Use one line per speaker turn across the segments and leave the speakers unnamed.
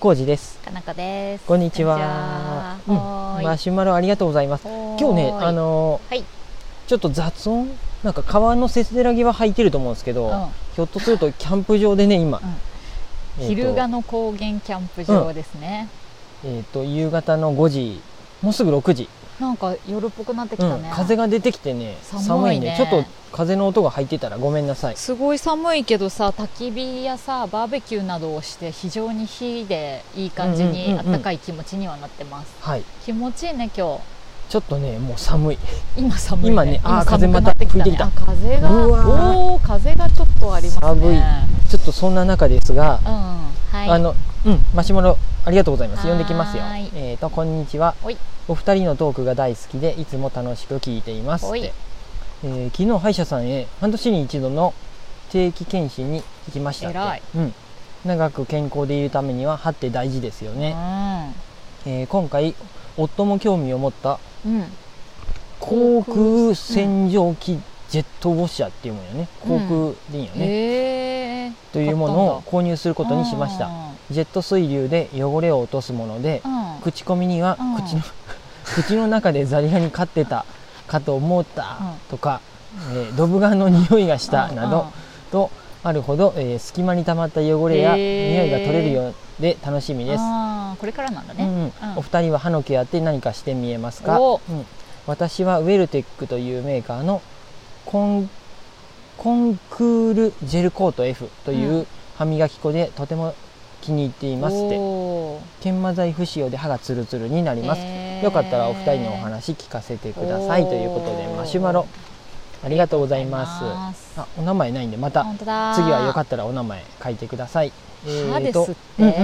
コウジです。
かなかです。
こんにちは。
こんにちは
うん
はーい
マシュマロありがとうございます。
今
今日ね、あ、のー
はい、
ちょっと雑音なんか川のせせらぎは入ってると思うんですけど、
う
ひょっとするとキャンプ場でね今、
ん、
えーと
昼賀の高原キャンプ場ですね。
えっ、と夕方の5時もうすぐ6時、
なんか夜っぽくなってき
う
た
ん
ね。
風が出てきてね
寒いね
んでちょっと風の音が入ってたらごめんなさい。
すごい寒いけどさ、焚き火やさ、バーベキューなどをして非常に火でいい感じ
うんうん
に
うんう
暖
ん
かい気持ちにはなってます。
はい。
気持ちいいね今
ちょっとねもう寒い。
日。今寒い、ね。
今ねあー
寒く
風
なってき
また吹い
た
て
ね
き。た
あ風が、
うわー
おおー、風がちょっとありますね。
寒いちょっとそんな中ですが、
うん、はい。
あの、うん、マシュマロありがとうございます。呼んできますよ
はーい。
えっ、と、こんにちは
おい。
お二人のトークが大好きで、いつも楽しく聞いていますっ
おい
て。えー昨日歯医者さんへ半年に一度の定期検診に行きましたって。
偉い
うん。長く健康でいるためには歯って大事ですよね。えー今回、夫も興味を持った
うん、うん、
航空洗浄機ジェットウォッシャーっていうもんよね。
う
航
ん
空でいいよね。
えー、
というものを
買
購入することにしました。ジェット水流で汚れを落とすもので、
うん、うん
口コミには
うん
口の 口の中でザリガニ飼ってたかと思った
うん
とか、えードブガの匂いがしたな
うん
どとあるほど、えー隙間に溜まった汚れや
へー
匂いが取れるようで楽しみです。
あーこれからなんだ
うんうん
ね、うん
お二人は歯のケアって何かしてみえますか、
お
うん私はウェルテックというメーカーのコンコンクールジェルコート F というう歯磨き粉でとても気に入っていますって、
おー
研磨剤不使用で歯がツルツルになります、
へー
よかったらお二人のお話聞かせてください
おー
ということでマシュマロありがとうございます
ありがとうございます
あお名前ないんでまた
本当だ
次はよか
っ
ったらお名前書いてください
歯
え
で
ーと
すって、
うんうん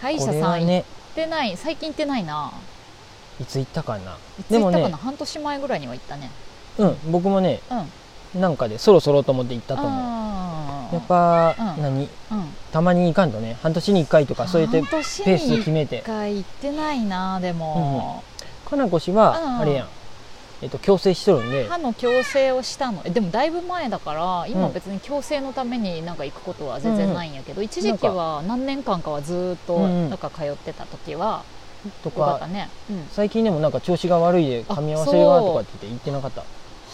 歯医者
これ
さ
は
ん行
ね
ってない、最近行ってないない
つ行ったかない
つ
で
行
も
ったかな、
ね
半年前ぐらいには行ったね
うん僕もね
うん
なんかでそろそろと思って行ったと思う
あー
やっぱ、
うん
何
うん
たまに行かんとね半年に1回とかそうやって
半年に
ペース決めて
一回行ってないなでも、
かなこ氏
うん
はあれやん、えっと矯正しとるんで
歯の矯正をしたのえでもだいぶ前だから今
うん
別に矯正のためになんか行くことは全然ないんやけど、一時期
なんか
は何年間かはずっと
うんうん
なんか通ってた時は
と
よかっ
か
たね、うん
最近でもなんか調子が悪いで噛み合わせがとかって言って言ってなかった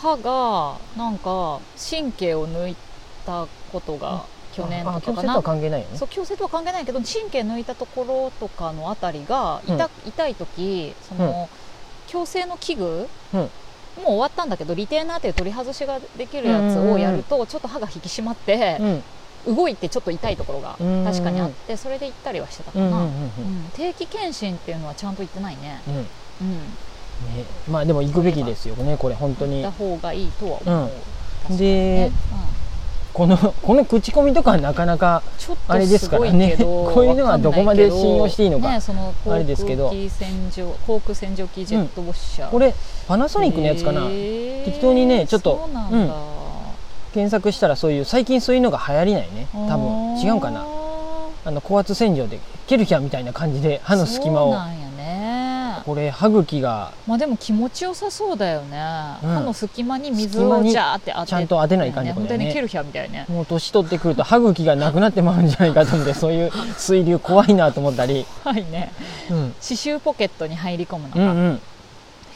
歯がなんか神経を抜いたことが去年
あ
とか
矯正
か
とは
な
関係ないよね
そう矯正とは関係ないけど神経抜いたところとかのあたりが痛,、痛い時その、矯正の器具、
うん
もう終わったんだけどリテーナーっていう取り外しができるやつをやるとちょっと歯が引き締まって
う、ん
動いてちょっと痛いところが
うん
確かにあってそれで行ったりはしてたか
うんうん
な、
う
うん
ん
定期検診っていうのはちゃんと行ってないね、
うん、ね、
うん、
まあでも行くべきですよねこれ本当
行っ
に
た方がいいとは思う、
うん
確かに
で
ね
このこの口コミとかはなかなか
うんちょっ
あれ
と
です
す
から
ごい
ね
けど、
こういうのはどこまで信用していいのか
ね、その航
あれですけど
空機洗浄航空洗浄機ジェットウォッシャー、
これパナソニックのやつかな、
へー
適当にねちょっと
そうなんだ、
うん検索したらそういう最近そういうのが流行りないね多分違うかなあの高圧洗浄でケルヒャーみたいな感じで歯
歯
の隙間を
そうなんやね
これ歯茎が
まあでも気持ちよさそうだよね、歯の隙間に水
隙間
を
に
ジャーって当て
ちゃんと当てない感じ
ね
これ
本
ね
当にねケルヒャーみたいね
もう年取ってくると歯茎がなくなってまうんじゃないかと思ってそういう水流怖いなと思ったり、
はいね
うん、
刺繍ポケットに入り込むの
う
か、
んうん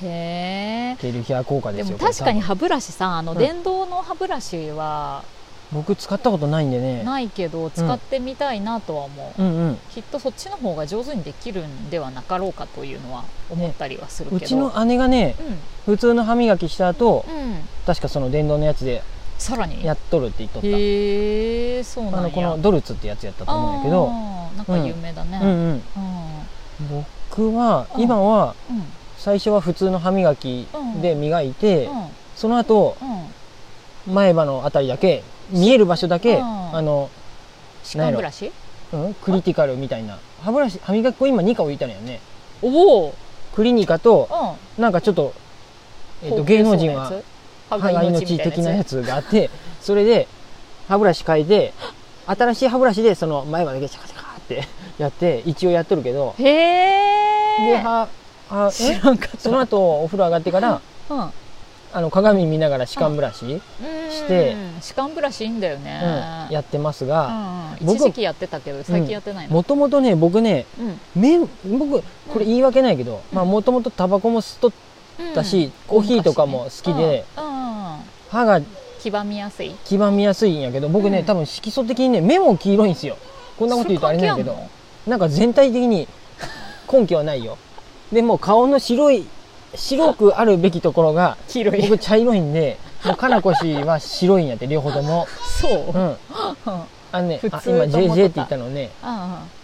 へえ
ケルヒャー効果
で
です
も
よ
確か
これ多分
に歯ブラシさあの
うん
電動の歯ブラシは
僕使ったことないんでね
ないけど使ってみたいなとは思う、
うんうん
きっとそっちの方が上手にできるんではなかろうかというのは思ったりはするけど、
うちの姉がね普通の歯磨きした後
うん、うん、
確かその電動のやつで
さらに
やっとるって言っとった、
へえそうなんや
あのこのドルツってやつやったと思うんやけど
あーなんか有名だね、
う
うん
んうん僕は
うん
今は
うん
最初は普通の歯磨きで磨いて、
うん
その後
うん
前歯のあたりだけ見える場所だけ、
うん
あの、
歯間ブラシ
うん、クリティカルみたいな歯ブラシ歯磨き粉今2個置いたのよね
おお、
クリニカと
うん
なんかちょっと,、えっと
高級
芸
そ
能
うな
人
や
は
つ歯
歯が
が命
命
みたい
的な
な
や
やつ
つがあってそれで歯ブラシ変えて新しい歯ブラシでその前歯だけシャカシャカって やって一応やっとるけど
へ
で
え
歯あえ
知らんかった
その後お風呂上がってから
うん
あの鏡見ながら歯間ブラシ、して
うん歯間ブラシいいんだよね、
うんやってます
う
が
んうん
僕
一時期やってたけど最近やってないな、
もともとね僕ね
うん
目僕これ言い訳ないけど
うん
もともとタバコも吸っとったし、コーヒーとかも好きで、、
うんうんうん
歯が
黄ばみやすい
黄ばみやすいんやけど僕ね、
うん
多分色素的にね目も黄色いんですよこんなこと言うとあれなんやけ
それ
どなんか全体的に根拠はないよでもう顔の白い白くあるべきところが
黄色
僕茶色いんでもうかなこ氏は白いんやって両方とも
そう
う、ん
うんうん
あのね
普
あ
通
今
と思
JJ っ
ってた
て言ったのね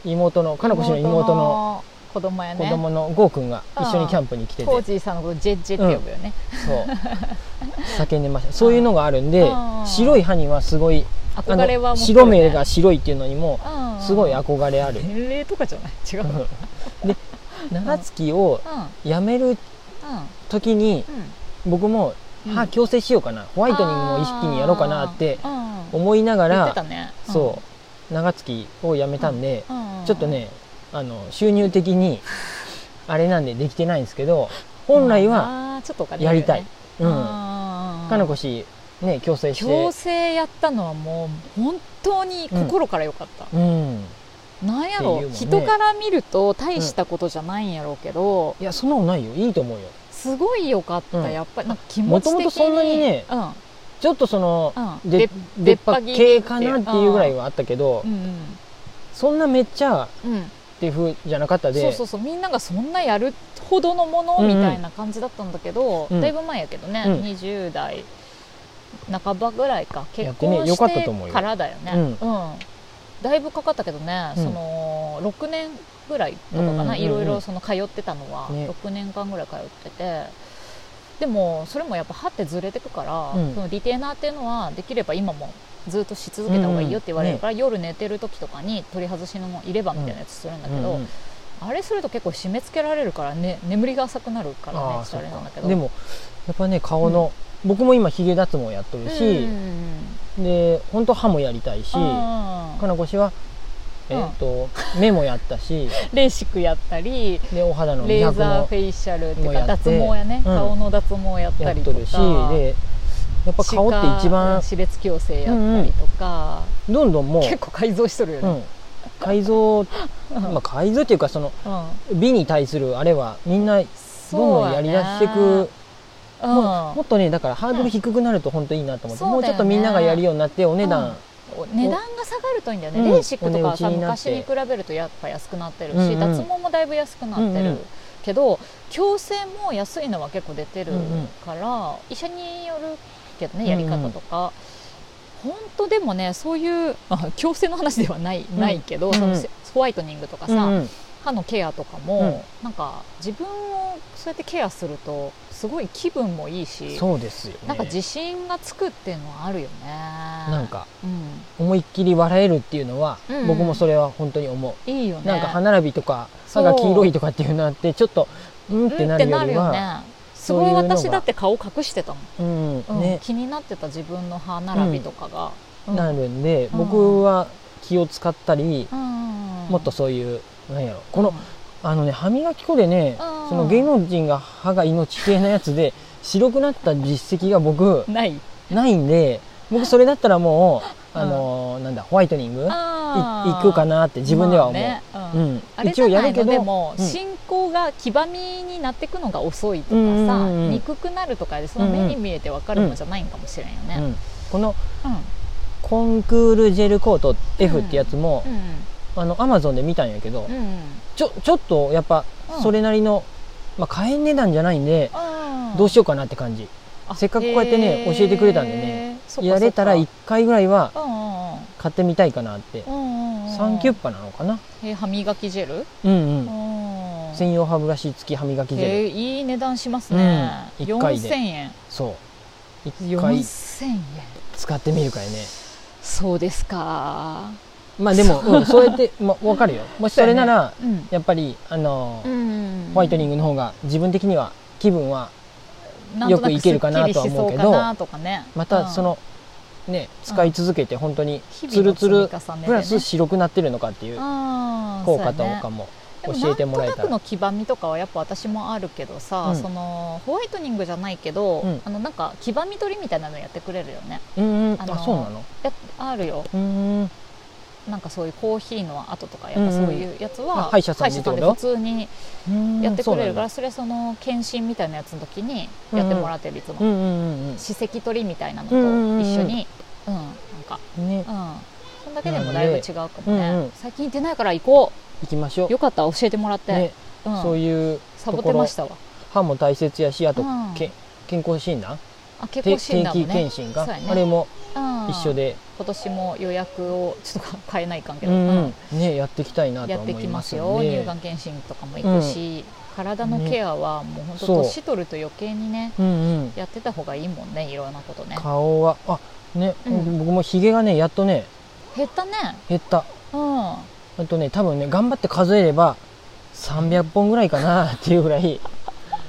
うん
妹のかなこ氏の妹の
子供や
子
ね
供のゴーくんが一緒にキャンプに来てて、
コージーさんのことジェッジェって呼ぶよね、
そう叫んでましたそういうのがあるんで
あー
白い歯にはすごいあの
憧れは持ってる
白
よね
目が白いっていうのにも
うん
すごい憧れある。
年齢とかじゃない違う、うんうん
で長月を辞める時に僕も
うん
歯矯正しようかな、ホワイトニングも意識にやろうかなって思いなが
た言っ
ら
て、たね、うん
そう長月を辞めたんで、
うん
ちょっとねあの収入的にあれなんでできてないんですけど本来は
まあちょっとお金
やりたい。
う
うんん、
か
かなこ氏ね矯正して
強制やったのはもう本当に心から良かった、
うん、
なんや
って
ろ
いうもんね
人から見ると大したことじゃないんやろうけど、
いやそんなことないよいいと思うよ
すごい良かった、
うん
やっぱりなんか気持ち的に
もともとそんなにね
うんうん
ちょっとその、
うん
で
で
出っ歯
出っ歯
系かなっていうぐらいはあったけど、
うん
そんなめっちゃっ
うんうん
ていう風じゃなかったで
そうそうそうみんながそんなやるほどのもの
うんうん
みたいな感じだったんだけど、
うん
だいぶ前やけどね、
うん
20代半ばぐらいか
や
結
ってね
婚
よ
し
かった
て
と思うよ
からだよね、うんだいぶかかったけどね、
うん
その6年ぐらいとかかな、
うんうんうんうん
いろいろその通ってたのは、
ね
6年間ぐらい通ってて。でもそれもやっぱ歯ってずれてくから、
うん
そのリテーナーっていうのはできれば今もずっとし続けた方がいいよって言われるから、夜寝てる時とかに取り外しの入れ歯みたいなやつするんだけど、
うんうん
あれすると結構締め付けられるからね眠りが浅くなるからね
ああ
ち
そ
ょっ
う
とあれなんだけ
か
ど
でもやっぱね顔の、僕も今ひげ脱毛やっと
うん
る
う
し、
ん
で本当歯もやりたいし、
うん
かなこ氏は、えーと目もやった し
レーシックやったり
でお肌の美
レー
白
ザー
も
フェイシャルっていう
もうや
か
って
脱毛やね、
うん
顔の脱毛やった
やっ
り
と
とか
るしでやっぱ顔って一番
歯科うん歯列矯正やったりとか、
どんどんもう、
結構改造しとるよ
う
ね、
ん、改造、
うん
まあ、改造っていうかその
うん
美に対するあれはみんなどん
そう
どんやりだしていく、
うん
もうもっとねだからハードル低くなると本当いいなと思って、
うん
もうちょっとみんながやるようになってお値段、
お値段が下がるといいんだよね、
うん
レーシックとかはさ
お値打ちになっ
昔
て
に比べるとやっぱ安くなってるし、
うんうん
脱毛もだいぶ安くなって
うん
る
うん
けど、矯正も安いのは結構出てる
うんうん
から、医者によるけどねやり方とか。本当でもねそういうあ矯正の話ではない,、
ん
ないけど、
うんうん
そのせホワイトニングとかさ、
うんうん
歯のケアとかも、なんか自分をそうやってケアするとすごい気分もいいし、
そうですよ、ね、
なんか自信がつくっていうのはあるよね。
なんか
うん
思いっきり笑えるっていうのは、
うんうん
僕もそれは本当に思
いいよ
う、
ね
なんか歯並びとか
そ
歯
う
が黄色いとかっていうのあってちょっとうんってなるより
うんって
は、
なるよねすごい
そういうのが
私だって顔隠してたもん、
うん
うん
ね、
気になってた自分の歯並びとかが、うん
なるんで、
うん
僕は気を使ったり、
うん
もっとそういうなんやろこの、
うん
あのね歯磨き粉でね、
うん
その芸能人が歯が命系なやつで白くなった実績が僕
ない
ないんで僕それだったらもう、
うん
あのーなんだホワイトニングい行
行
くかなって自分では思う、
まあね
う
うん
ん、
あれ
一
じゃ
応
な
や
い
るけ
の
ど
でも、
うん
進行が黄ばみになっていくのが遅いとかさ、
うんうんうん
憎くなるとかでその目に見えて分かるもんじゃないんかもしれんよね、
うんこの
うん
コンクールジェルコート F ってやつも、
うん
あのアマゾンで見たんやけど、
うんうん
ちょちょっとやっぱ
うん
それなりの、まあ、買えん値段じゃないんで
あー
どうしようかなって感じ
あ
せっかくこうやってね
へー
教えてくれたんでね
そっかそっ
や
か
れたら1回ぐらいは
うんうんうん
買ってみたいかなって、
うんうんうん
サンキュッパなのかな
えー歯磨きジェル、
うんうん
うん
専用歯ブラシ付き歯磨きジェル、
えーいい値段しますね、
うん一回で
4000円
そう一回
4000円
使ってみる からね
そうですか
まあでも、うん、そうやって、まあ、分かるよもしそれなら、
うん、
やっぱりあのー、
うん、
ホワイトニン
グ
グの方が自分的には気分はよくいけるかなとは思うけど
とかね
またそ、
うん
の、ね使い続けて本当に
日々
ツルツル
の積み重ねでね
プラス白くなってるのかっていう
うん
効果と
そうや
か
ね
も
でも
教えてもらえた
な
ら
んとなくの黄ばみとかはやっぱ私もあるけどさ、
うん
そのホワイトニングじゃないけど、
うん
あのなんか黄ばみ取りみたいなのやってくれるよね
うんうん
あ
あ
の
そうなの
やあるよ
うんうん
なんかそういうコーヒーの後とかやっぱそういうやつ
うんうん
は
あ歯医者さんにっ
歯医
てこと
で普通に
うん
やってくれる
そうな
か
ん
ら
だ
それその検診みたいなやつの時にやってもらってるいつも、
うんうん
歯石取りみたいなのと
うんうんうん
一緒にうんなんか
うんね
うんそんだけでもだいぶ違うかもね、
うんうん
最近行ってないから行こ
行きましょ
うよかった教えてもらって、
うね
うん、
そういう
サボってましたわ
歯も大切やしあと
うん
け健康診断
あ健
定
康
期
診断も
検
ね、
診が
そうやね
あれも
うん、
一緒で
今年も予約をちょっと変えないかんけ
う
ど、
んうんねやっていきたいなと
や
は
って
思
き
い
ま
ます
す
ん
よ、
で
乳がん検診とかも行くし、体のケアはもう本当
そう
年取ると余計にね
うんうん
やってた方がいいもんねいろんなことね
顔はあね
うん
僕もひげがねやっとね
減ったね
減った
うん
あとね多分ね頑張って数えれば300本ぐらいかな っていうぐらい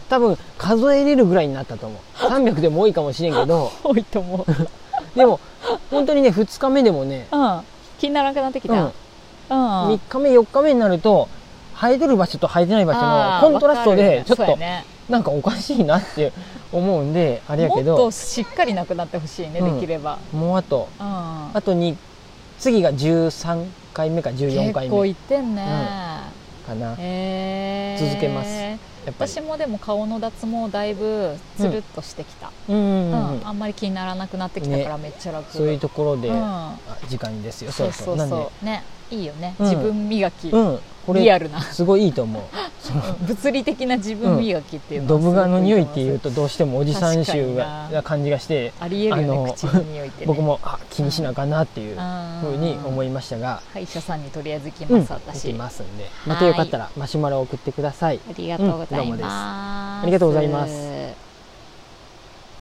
多分数えれるぐらいになったと思う300でも多いかもしれんけど
多いと思ううん
でも本当にね2日目でもね、
気にならなくなってき
うん、
た、
3
うん
日目4日目になると生えてる場所と生えてない場所
あ
の
ー
コントラストで
わ
ちょっ
かるよ
と
ね
なんかおかしいなって思うんであ
そう
れ
やね
やけ
もっ
ど
としっかりなくなってほしいね、
うん
できれば、
もうあと
うん、
あとに次が13回目か14回
結構
目
いってんね、
かなやっ
へー
続けますぱり
私もでも顔の脱毛だいぶつるっとしてきた、
うんうん
う
うん
ん
うん
あんまり気にならなくなってきたからめっちゃ楽、
そういうところで、
うん
あ時間ですよそ
そうう
そ
そうう
なんで
そうねいいよね、
うん
自分磨き、
うん、こ
リア
れ
ルな
すごいいいと思うその
物理的な自分磨きっていうの
ド
はすご
ブ
く
ガの匂いって
と思
いうとどうしてもおじさん臭
確か
が
にな
な感じがして
ありえる
あ
よ
の
ね口の匂いって、ね、
僕もあ気にしなあかんなっていうふ
ふ
うに思
い
いましたが、
歯医者さんにとりあえず行き
うん、
ま
い
す、私
きますんでまたよかったらマシュマロを送ってください
ありがとうご
うん
ざ
どうも
い
です
ま
あ
す、
りがとうございます